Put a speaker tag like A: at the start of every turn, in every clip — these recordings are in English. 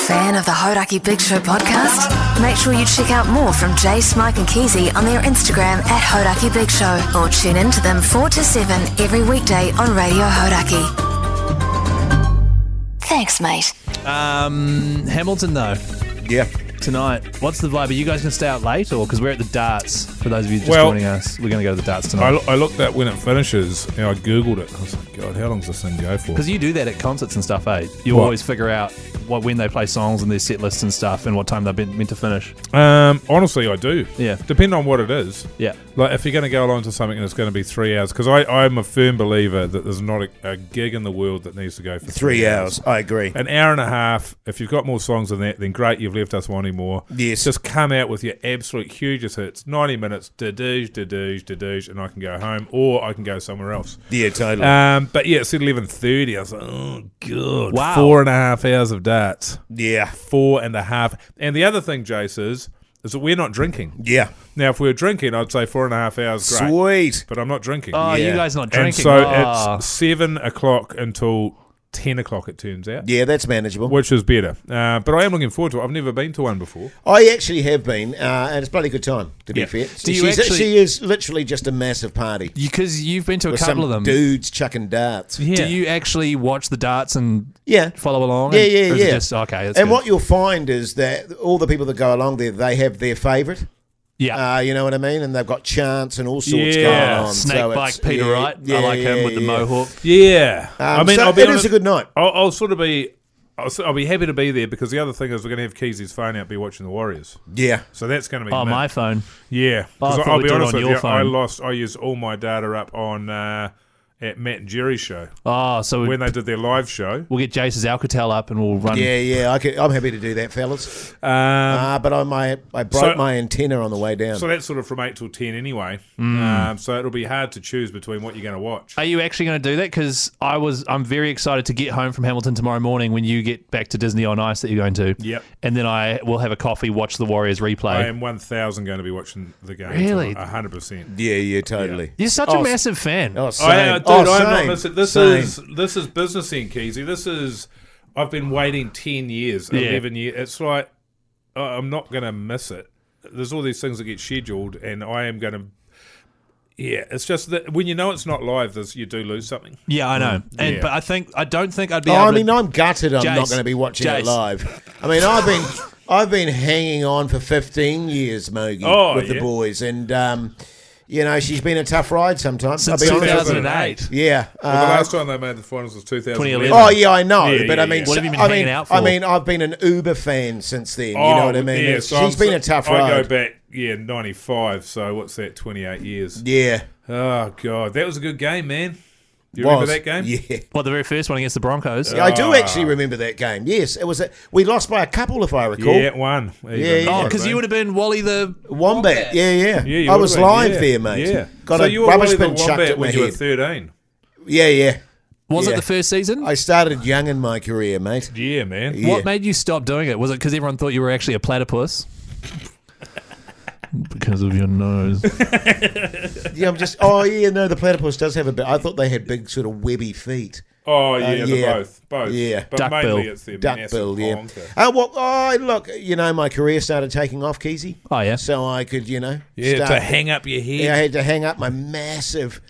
A: fan of the Hodaki Big Show podcast? Make sure you check out more from Jay, Smike, and Keezy on their Instagram at Hodaki Big Show or tune in to them 4 to 7 every weekday on Radio Hodaki. Thanks, mate.
B: Um, Hamilton though
C: Yeah.
B: tonight. What's the vibe? Are you guys gonna stay out late or because we're at the darts? For those of you just
C: Well-
B: joining us, we're gonna go to the darts
C: I,
B: tonight.
C: lo- I looked at when it finishes and I Googled it. I was like, God, how long does this thing go for?
B: Because you do that at concerts and stuff, eh? You
C: What?
B: always figure out what when they play songs and their set lists and stuff and what time they've been meant to finish.
C: Um, honestly, I do.
B: Yeah.
C: Depending on what it is.
B: Yeah.
C: Like, if you're going to go along to something and it's going to be three hours, because I'm a firm believer that there's not a, a gig in the world that needs to go for three,
D: Three hours. I agree.
C: An hour and a half. If you've got more songs than that, then great. You've left us wanting more.
D: Yes.
C: Just come out with your absolute hugest hits. 90 minutes, da-dooge, da-dooge, da-dooge, and I can go home or I can go somewhere else.
D: Yeah, totally.
C: Um, but yeah, it's 11.30. I was like, oh, God.
B: Wow.
C: Four and a half hours of darts
D: yeah.
C: four and a half. And the other thing, Jace, is is that we're not drinking.
D: Yeah.
C: Now, if we were drinking, I'd say four and a half hours, great.
D: Sweet.
C: But I'm not drinking.
B: Oh, you
D: Yeah.
B: guys not
C: and
B: drinking?
C: so
D: Ah.
B: Oh.
C: it's seven o'clock until ten o'clock. It turns out,
D: Yeah, that's manageable.
C: which is better. Uh, but I am looking forward to it. I've never been to one before.
D: I actually have been, uh, and it's bloody good time, to be
C: Yeah.
D: fair.
B: Do you
D: She's,
B: actually-
D: she is literally just a massive party.
B: because you've been to a
D: with some
B: couple of them.
D: dudes chucking darts. Yeah.
B: Do you actually watch the darts and
D: Yeah.
B: follow along?
D: Yeah,
B: and-
D: yeah,
B: or is it
D: yeah.
B: just- okay. That's
D: and
B: good.
D: what you'll find is that all the people that go along there, they have their favourite.
B: Yeah. Oh,
D: Uh, you know what I mean? And they've got chants and all sorts
C: Yeah.
D: going on.
B: Snake
D: so
B: Bike
D: it's-
B: Peter
D: yeah,
B: Wright.
D: yeah,
B: I like him
D: yeah,
B: with the
D: yeah.
B: mohawk.
C: Yeah, I
D: Um,
C: mean,
D: so
C: I'll be
D: it
C: honest-
D: is a good night.
C: I'll, I'll sort of be. I'll, s- I'll be happy to be there because the other thing is we're going to have Keezy's phone out, be watching the Warriors.
D: Yeah.
C: So that's going to be.
B: Oh,
C: mint.
B: my phone.
C: Yeah,
B: I
C: 'cause
B: thought
C: I'll
B: we
C: be
B: did
C: honest
B: on
C: with
B: your
C: you. I
B: phone.
C: lost. I used all my data up on uh, at Matt and Jerry's show
B: Oh, so we,
C: when they did their live show.
B: we'll get Jace's Alcatel up and we'll run.
D: Yeah, yeah, I could, I'm happy to do that, fellas.
C: Um,
D: Uh, but I, my, I broke
C: So-
D: my antenna on the way down.
C: so that's sort of from eight till ten anyway.
B: Mm.
C: Um, so it'll be hard to choose between what you're going to watch.
B: Are you actually going to do that? Because I was, I'm very excited to get home from Hamilton tomorrow morning when you get back to Disney on Ice that you're going to.
C: Yep.
B: And then I will have a coffee, watch the Warriors
C: I
B: replay.
C: am one thousand going to be watching the game.
B: Really?
C: hundred percent.
D: yeah, yeah, totally.
B: You're such a
D: Oh,
B: massive fan.
D: Oh,
C: I,
D: same.
C: uh, dude,
D: oh,
C: I'm not
D: same.
C: missing. This
D: Same.
C: is this is business in Keezy. This is I've been waiting ten years,
B: Yeah.
C: eleven years. It's like uh, I'm not going to miss it. There's all these things that get scheduled, and I am going to. Yeah, it's just that when you know it's not live, there's, you do lose something.
B: yeah, I know. And
C: Yeah.
B: but I think I don't think I'd be.
D: Oh,
B: able
D: Mm. I mean,
B: to,
D: I'm gutted. I'm not
B: Jace,
D: going to be watching
B: Jace.
D: it live. I mean, I've been I've been hanging on for 15 years, Mogi,
C: Oh,
D: with
C: yeah.
D: the boys, and um, you know she's been a tough ride sometimes.
B: since
D: I'll be honest.
B: 2008.
D: Yeah.
C: Well, the
D: Uh,
C: last time they made the finals was
B: 2011.
C: 2011.
D: Oh yeah, I know,
C: Yeah,
D: but
C: yeah,
D: I mean,
C: yeah. What
B: have you been
D: I
B: hanging
D: mean,
B: out
D: I
B: for?
D: mean, I've been an Uber fan since then. you know what I mean?
C: Oh, Yeah,
D: She's
C: so I'm
D: been
C: so-
D: a tough
C: I
D: ride.
C: go back, yeah, 95. So what's that, 28 years?
D: Yeah,
C: Oh, God. That was a good game, man. You
D: was
C: remember that game? Ah.
D: Yeah.
B: Well, the very first one against the Broncos.
D: I do actually remember that game. Yes, it was. A, we lost by a couple, if I recall.
C: Yeah, it won. even.
D: Yeah, yeah.
B: Oh, because you would have been Wally the.
D: Wombat. Yeah, yeah.
C: Yeah, you
D: I
C: would've
D: was
C: been,
D: live
C: yeah,
D: there, mate.
C: Yeah.
D: Got
C: so
D: a
C: you were
D: rubbish
C: Wally the
D: bin chucked
C: Wombat
D: at my
C: when you were
D: head.
C: 13.
D: Yeah, yeah.
B: Was it
D: Yeah.
B: the first season?
D: I started young in my career, mate.
C: Yeah, man.
D: Yeah.
B: What made you stop doing it? Was it because everyone thought you were actually a platypus? because of your nose.
D: Yeah, I'm just. Oh, yeah. No, the platypus does have a bit. I thought they had big, sort of webby feet.
C: Oh, yeah, they're
D: Uh, yeah.
C: both. Both.
D: Yeah.
C: But
B: Duck
C: mainly
B: bill.
C: it's their massive
D: Duckbill, yeah.
C: honker.
D: Uh, well, oh, look, you know, my career started taking off, Keezy.
B: Oh, yeah.
D: So I could, you know,
C: Yeah,
D: start,
C: to hang up your head.
D: Yeah, I had to hang up my massive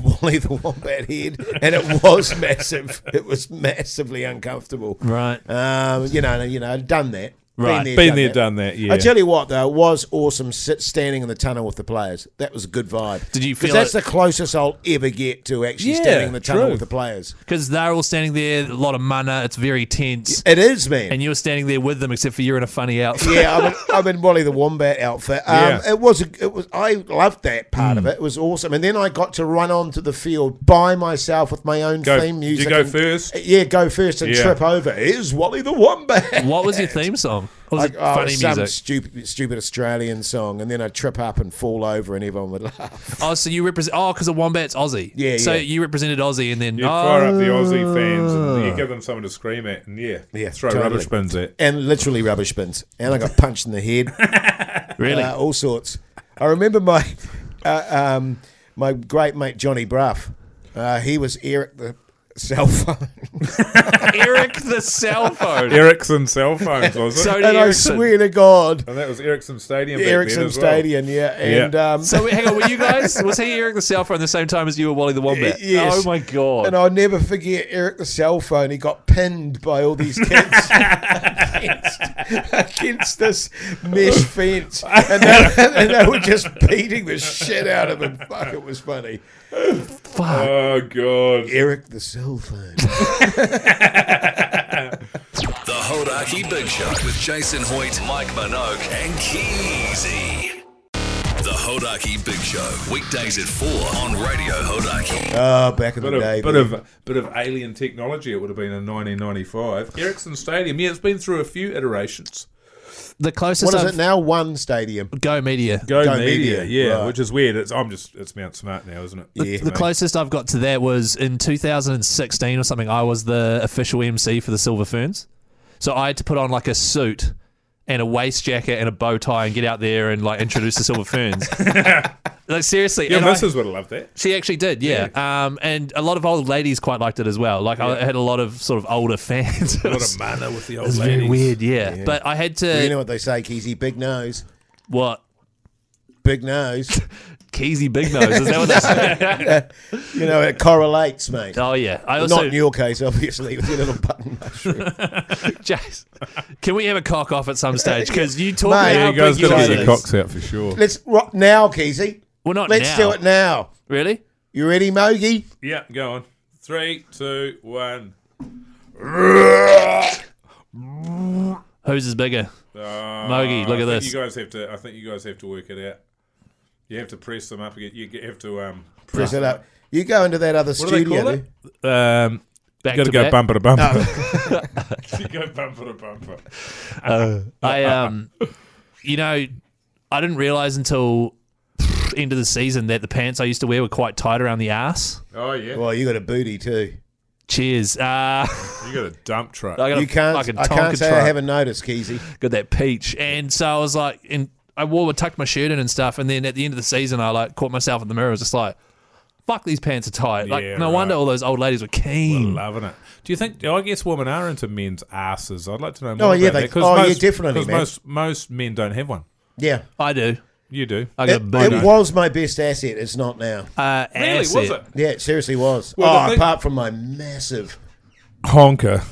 D: Wally the Wombat head, and it was massive. It was massively uncomfortable.
B: Right.
D: Um, you know, you know, I'd done that.
B: Right.
C: Been there,
D: that.
C: done that, yeah.
D: I tell you what, though, it was awesome sit, standing in the tunnel with the players. That was a good vibe.
B: Did you
D: 'Cause
B: feel
D: that's
B: it-
D: the closest I'll ever get to actually
C: Yeah,
D: standing in the tunnel
C: true.
D: with the players.
B: Because they're all standing there, a lot of mana, it's very tense.
D: It is, man.
B: And you were standing there with them, except for you're in a funny outfit.
D: yeah, I'm in, I'm in Wally the Wombat outfit. Um,
C: Yeah. Mm.
D: It was, a, it was. I loved that part of it. It was awesome. And then I got to run onto the field by myself with my own
C: Go-
D: theme
C: did you
D: music.
C: go
D: and-
C: first?
D: Yeah, go first and
C: Yeah.
D: trip over. Here's Wally the Wombat.
B: What was your theme song? Or was
D: Like,
B: it
D: oh,
B: funny
D: some
B: music?
D: stupid, stupid Australian song, and then I'd trip up and fall over, and everyone would laugh.
B: Oh, so you represent? Oh, because the wombat's Aussie.
D: Yeah,
B: So
D: yeah.
B: you represented Aussie, and then
C: You fire
B: oh,
C: up the Aussie fans and you give them something to scream at and yeah,
D: Yeah,
C: throw
D: totally.
C: rubbish bins at.
D: And literally rubbish bins. And I got punched in the head.
B: oh, really?
D: uh, all sorts. I remember my uh, um, my great mate Johnny Bruff. Uh, he was air at the cell phone.
B: Eric the cell phone.
C: Ericsson cell phones, was it?
B: So did
D: and I
B: Ericsson.
D: swear to God,
C: and that was Ericsson Stadium. back then
D: Ericsson
C: as well.
D: Stadium, yeah. And um,
B: So wait, hang on, were you guys? Was he Eric the cell phone the same time as you were Wally the wombat?
D: Y- yes.
B: Oh my god!
D: and I'll never forget Eric the cell phone. He got pinned by all these kids against, against this mesh fence, and they, and they were just beating the shit out of him. Fuck, it was funny.
B: Fuck.
C: Oh god.
D: Eric the cell phone.
E: The Hodaki Big Show with Jason Hoyt, Mike Minogue, and Keezy. The Hodaki Big Show, weekdays at 4 on Radio Hodaki.
D: Oh, back in
C: Bit
D: the day,
C: of, bit
D: man.
C: of bit of alien technology. It would have been in 1995. Ericsson Stadium. Yeah, it's been through a few iterations.
B: The closest
D: what is
B: I've-
D: it now? One stadium.
B: Go Media.
C: Go,
D: Go
C: Media.
D: Media,
C: Yeah,
D: right.
C: which is weird. It's I'm just it's Mount Smart now, isn't it?
D: Yeah.
B: The closest I've got to that was in 2016 or something. I was the official MC for the Silver Ferns, so I had to put on like a suit and a waist jacket and a bow tie and get out there and like introduce the Silver Ferns. like seriously,
C: Your
B: and I-
C: missus would have loved that.
B: she actually did, yeah. Um, and a lot of old ladies quite liked it as well. Like I had a lot of sort of older fans. it
C: What
B: was,
C: a manner with the
B: it
C: old
B: was
C: ladies.
B: very weird, yeah. But I had to
D: You know what they say, Keezy? Big nose.
B: what
D: Big nose.
B: Keezy Big Nose is that what they say?
D: You know, it correlates, mate.
B: Oh yeah, I also
D: Not in your case, obviously, with your little button mushroom.
B: Jace, can we have a cock off at some stage? Because you talk
D: Mate,
B: about
D: Yeah,
B: how
C: You guys
B: big
C: got
B: yours
C: to get
B: is.
C: your cocks out for sure.
D: Let's rock now, Keezy.
B: Well, not
D: Let's
B: now.
D: do it now.
B: Really?
D: You ready, Mogi?
C: Yeah, go on. Three, two, one.
B: Whose is bigger? Mogi,
C: I
B: look at
C: think
B: this.
C: You guys have to. I think you guys have to work it out. You have to press them up again. You g- have to um.
D: Press it up. You go into that other
C: What do they
D: studio.
C: call it? Um,
B: Back
C: got to
B: to
C: go
B: back.
C: bumper to bumper. you go bumper to bumper.
B: I um, you know, I didn't realize until end of the season that the pants I used to wear were quite tight around the ass.
C: Oh yeah,
D: there. Well, you got a booty too.
B: Cheers. Uh, I
C: you got a dump truck.
B: got
D: You
B: a
D: can't.
B: fucking
D: I
B: Tonka
D: can't say
B: truck.
D: I haven't noticed, Keezy.
B: got that peach. And so I was like, and I wore, tucked my shirt in and stuff. And then at the end of the season, I like caught myself in the mirror. I was just like, fuck, these pants are tight. Like,
C: Yeah,
B: no wonder
C: right.
B: all those old ladies were keen.
C: Loving it. Do you think? I guess women are into men's asses. I'd like to know more.
D: Oh, yeah,
C: about
D: they-
C: that, 'cause
D: oh, yeah,
C: most-
D: definitely,
C: 'cause
D: man.
C: most most men don't have one.
D: Yeah.
B: I do.
C: You do.
B: I
D: It,
B: got a booty.
D: it was my best asset. It's not now.
B: uh,
C: really? Was
B: asset.
C: it
D: Yeah, it seriously was.
C: Well, the
D: oh,
C: thing-
D: apart from my massive.
C: honker?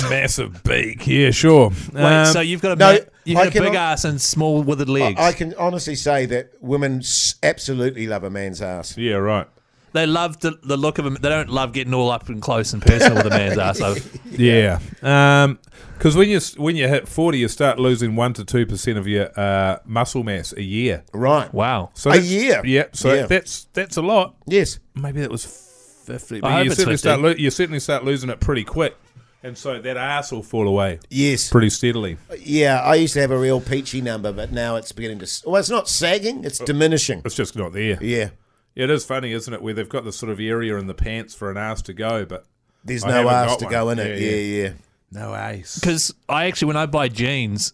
C: Massive beak. Yeah, sure.
B: Wait,
C: Um,
B: so you've got a
D: no,
B: ma- you've
D: I
B: got a big
D: cannot-
B: ass and small withered legs.
D: I can honestly say that women s- absolutely love a man's ass.
C: yeah, right.
B: they love the, the look of them. They don't love getting all up and close and personal with a man's ass. though.
C: Yeah, because when you when you hit forty, you start losing one to two percent of your uh, muscle mass a year.
D: Right.
B: wow.
C: So
D: A
C: that's-
D: year?
C: Yeah. So
D: Yeah.
C: that's that's a lot.
D: Yes.
C: Maybe that was
B: I
C: fifty.
B: hope
C: But you
B: it's 50.
C: certainly start lo- you certainly start losing it pretty quick, and so that ass will fall away
D: Yes.
C: pretty steadily.
D: Yeah, I used to have a real peachy number, but now it's beginning to. s- Well, it's not sagging,
C: Uh,
D: it's diminishing.
C: It's just not there.
D: Yeah.
C: It is funny, isn't it? Where they've got this sort of area in the pants for an ass to go, but
D: There's
C: I
D: no
C: haven't
D: ass
C: got
D: to
C: one.
D: go in it.
C: Yeah,
D: Yeah,
C: yeah.
D: yeah.
C: no ass.
B: Because I actually, when I buy jeans,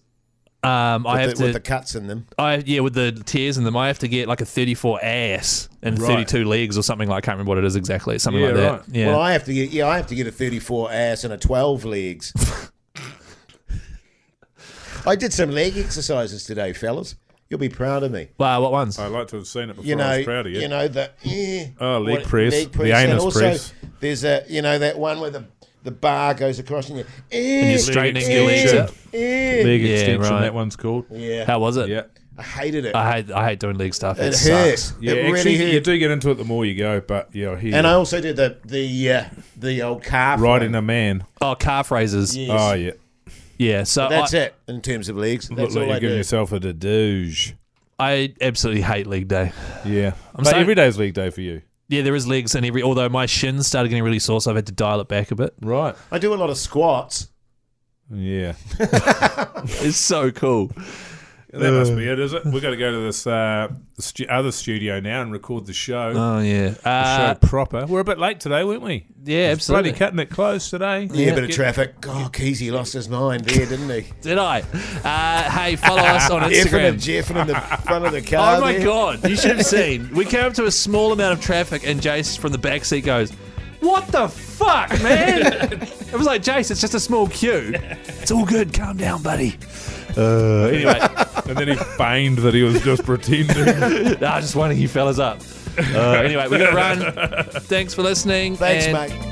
B: um, I have
D: With, the,
B: to,
D: with the cuts in them.
B: I yeah, with the tears in them, I have to get like a 34 ass and
C: Right.
B: 32 legs or something. Like I can't remember what it is exactly. It's something
C: Yeah,
B: like that.
C: right.
B: Yeah.
D: Well, I have to get yeah, I have to get a 34 ass and a 12 legs. I did some leg exercises today, fellas. You'll be proud of me.
B: Wow, what ones?
C: I'd like to have seen it before.
D: You know,
C: I was proud of you.
D: you know the eh,
C: Oh, leg
D: what-
C: press, the anus
D: and also
C: press.
D: There's a you know that one where the the bar goes across and you
B: You're
D: eh,
B: straightening
D: eh,
B: your legs
C: extension.
B: out.
D: eh.
C: Leg
B: Yeah,
C: extension.
B: right.
C: That one's called.
D: Yeah,
B: How was it?
C: Yeah.
D: I hated it.
B: I hate I hate doing leg stuff. It,
D: it
B: sucks.
D: hurt.
C: Yeah,
D: it
C: actually,
D: really hurt.
C: you do get into it the more you go, but yeah, here
D: And I also did the the uh, the old calf.
C: riding
D: one.
C: a man.
B: Oh, calf raises. Yeah.
D: Yes.
C: Oh yeah,
B: so
D: That's
B: I,
D: it in terms of legs.
C: look
D: That's
C: like
D: all
C: you're
D: I do.
C: giving yourself a dedouge.
B: I absolutely hate leg day.
C: Yeah, I'm
B: sorry-
C: every day's league day for you,
B: Yeah, there is legs in every. Although my shins started getting really sore, so I've had to dial it back a bit.
C: right?
D: I do a lot of squats.
C: Yeah,
B: It's so cool.
C: that must be it, is it? We've got to go to this uh, stu- other studio now and record the show.
B: Oh yeah, uh,
C: show proper. We're a bit late today, weren't we?
B: yeah, absolutely.
C: Bloody cutting it close today.
D: Yeah, bit of
C: Get-
D: traffic. Oh, Keezy lost his mind there, didn't he?
B: Did I? Uh, hey, follow us on
D: Effing and
B: Instagram.
D: jeffing in the front of the car.
B: Oh my
D: there.
B: god, you should have seen. We came up to a small amount of traffic, and Jace from the backseat goes, "What the." F- fuck, man? it was like, Jace, it's just a small queue. It's all good. Calm down, buddy. Uh, anyway,
C: and then he feigned that he was just pretending.
B: nah, I just winding you fellas up. Uh, anyway, we're going to run. Thanks for listening.
D: Thanks,
B: and
D: mate.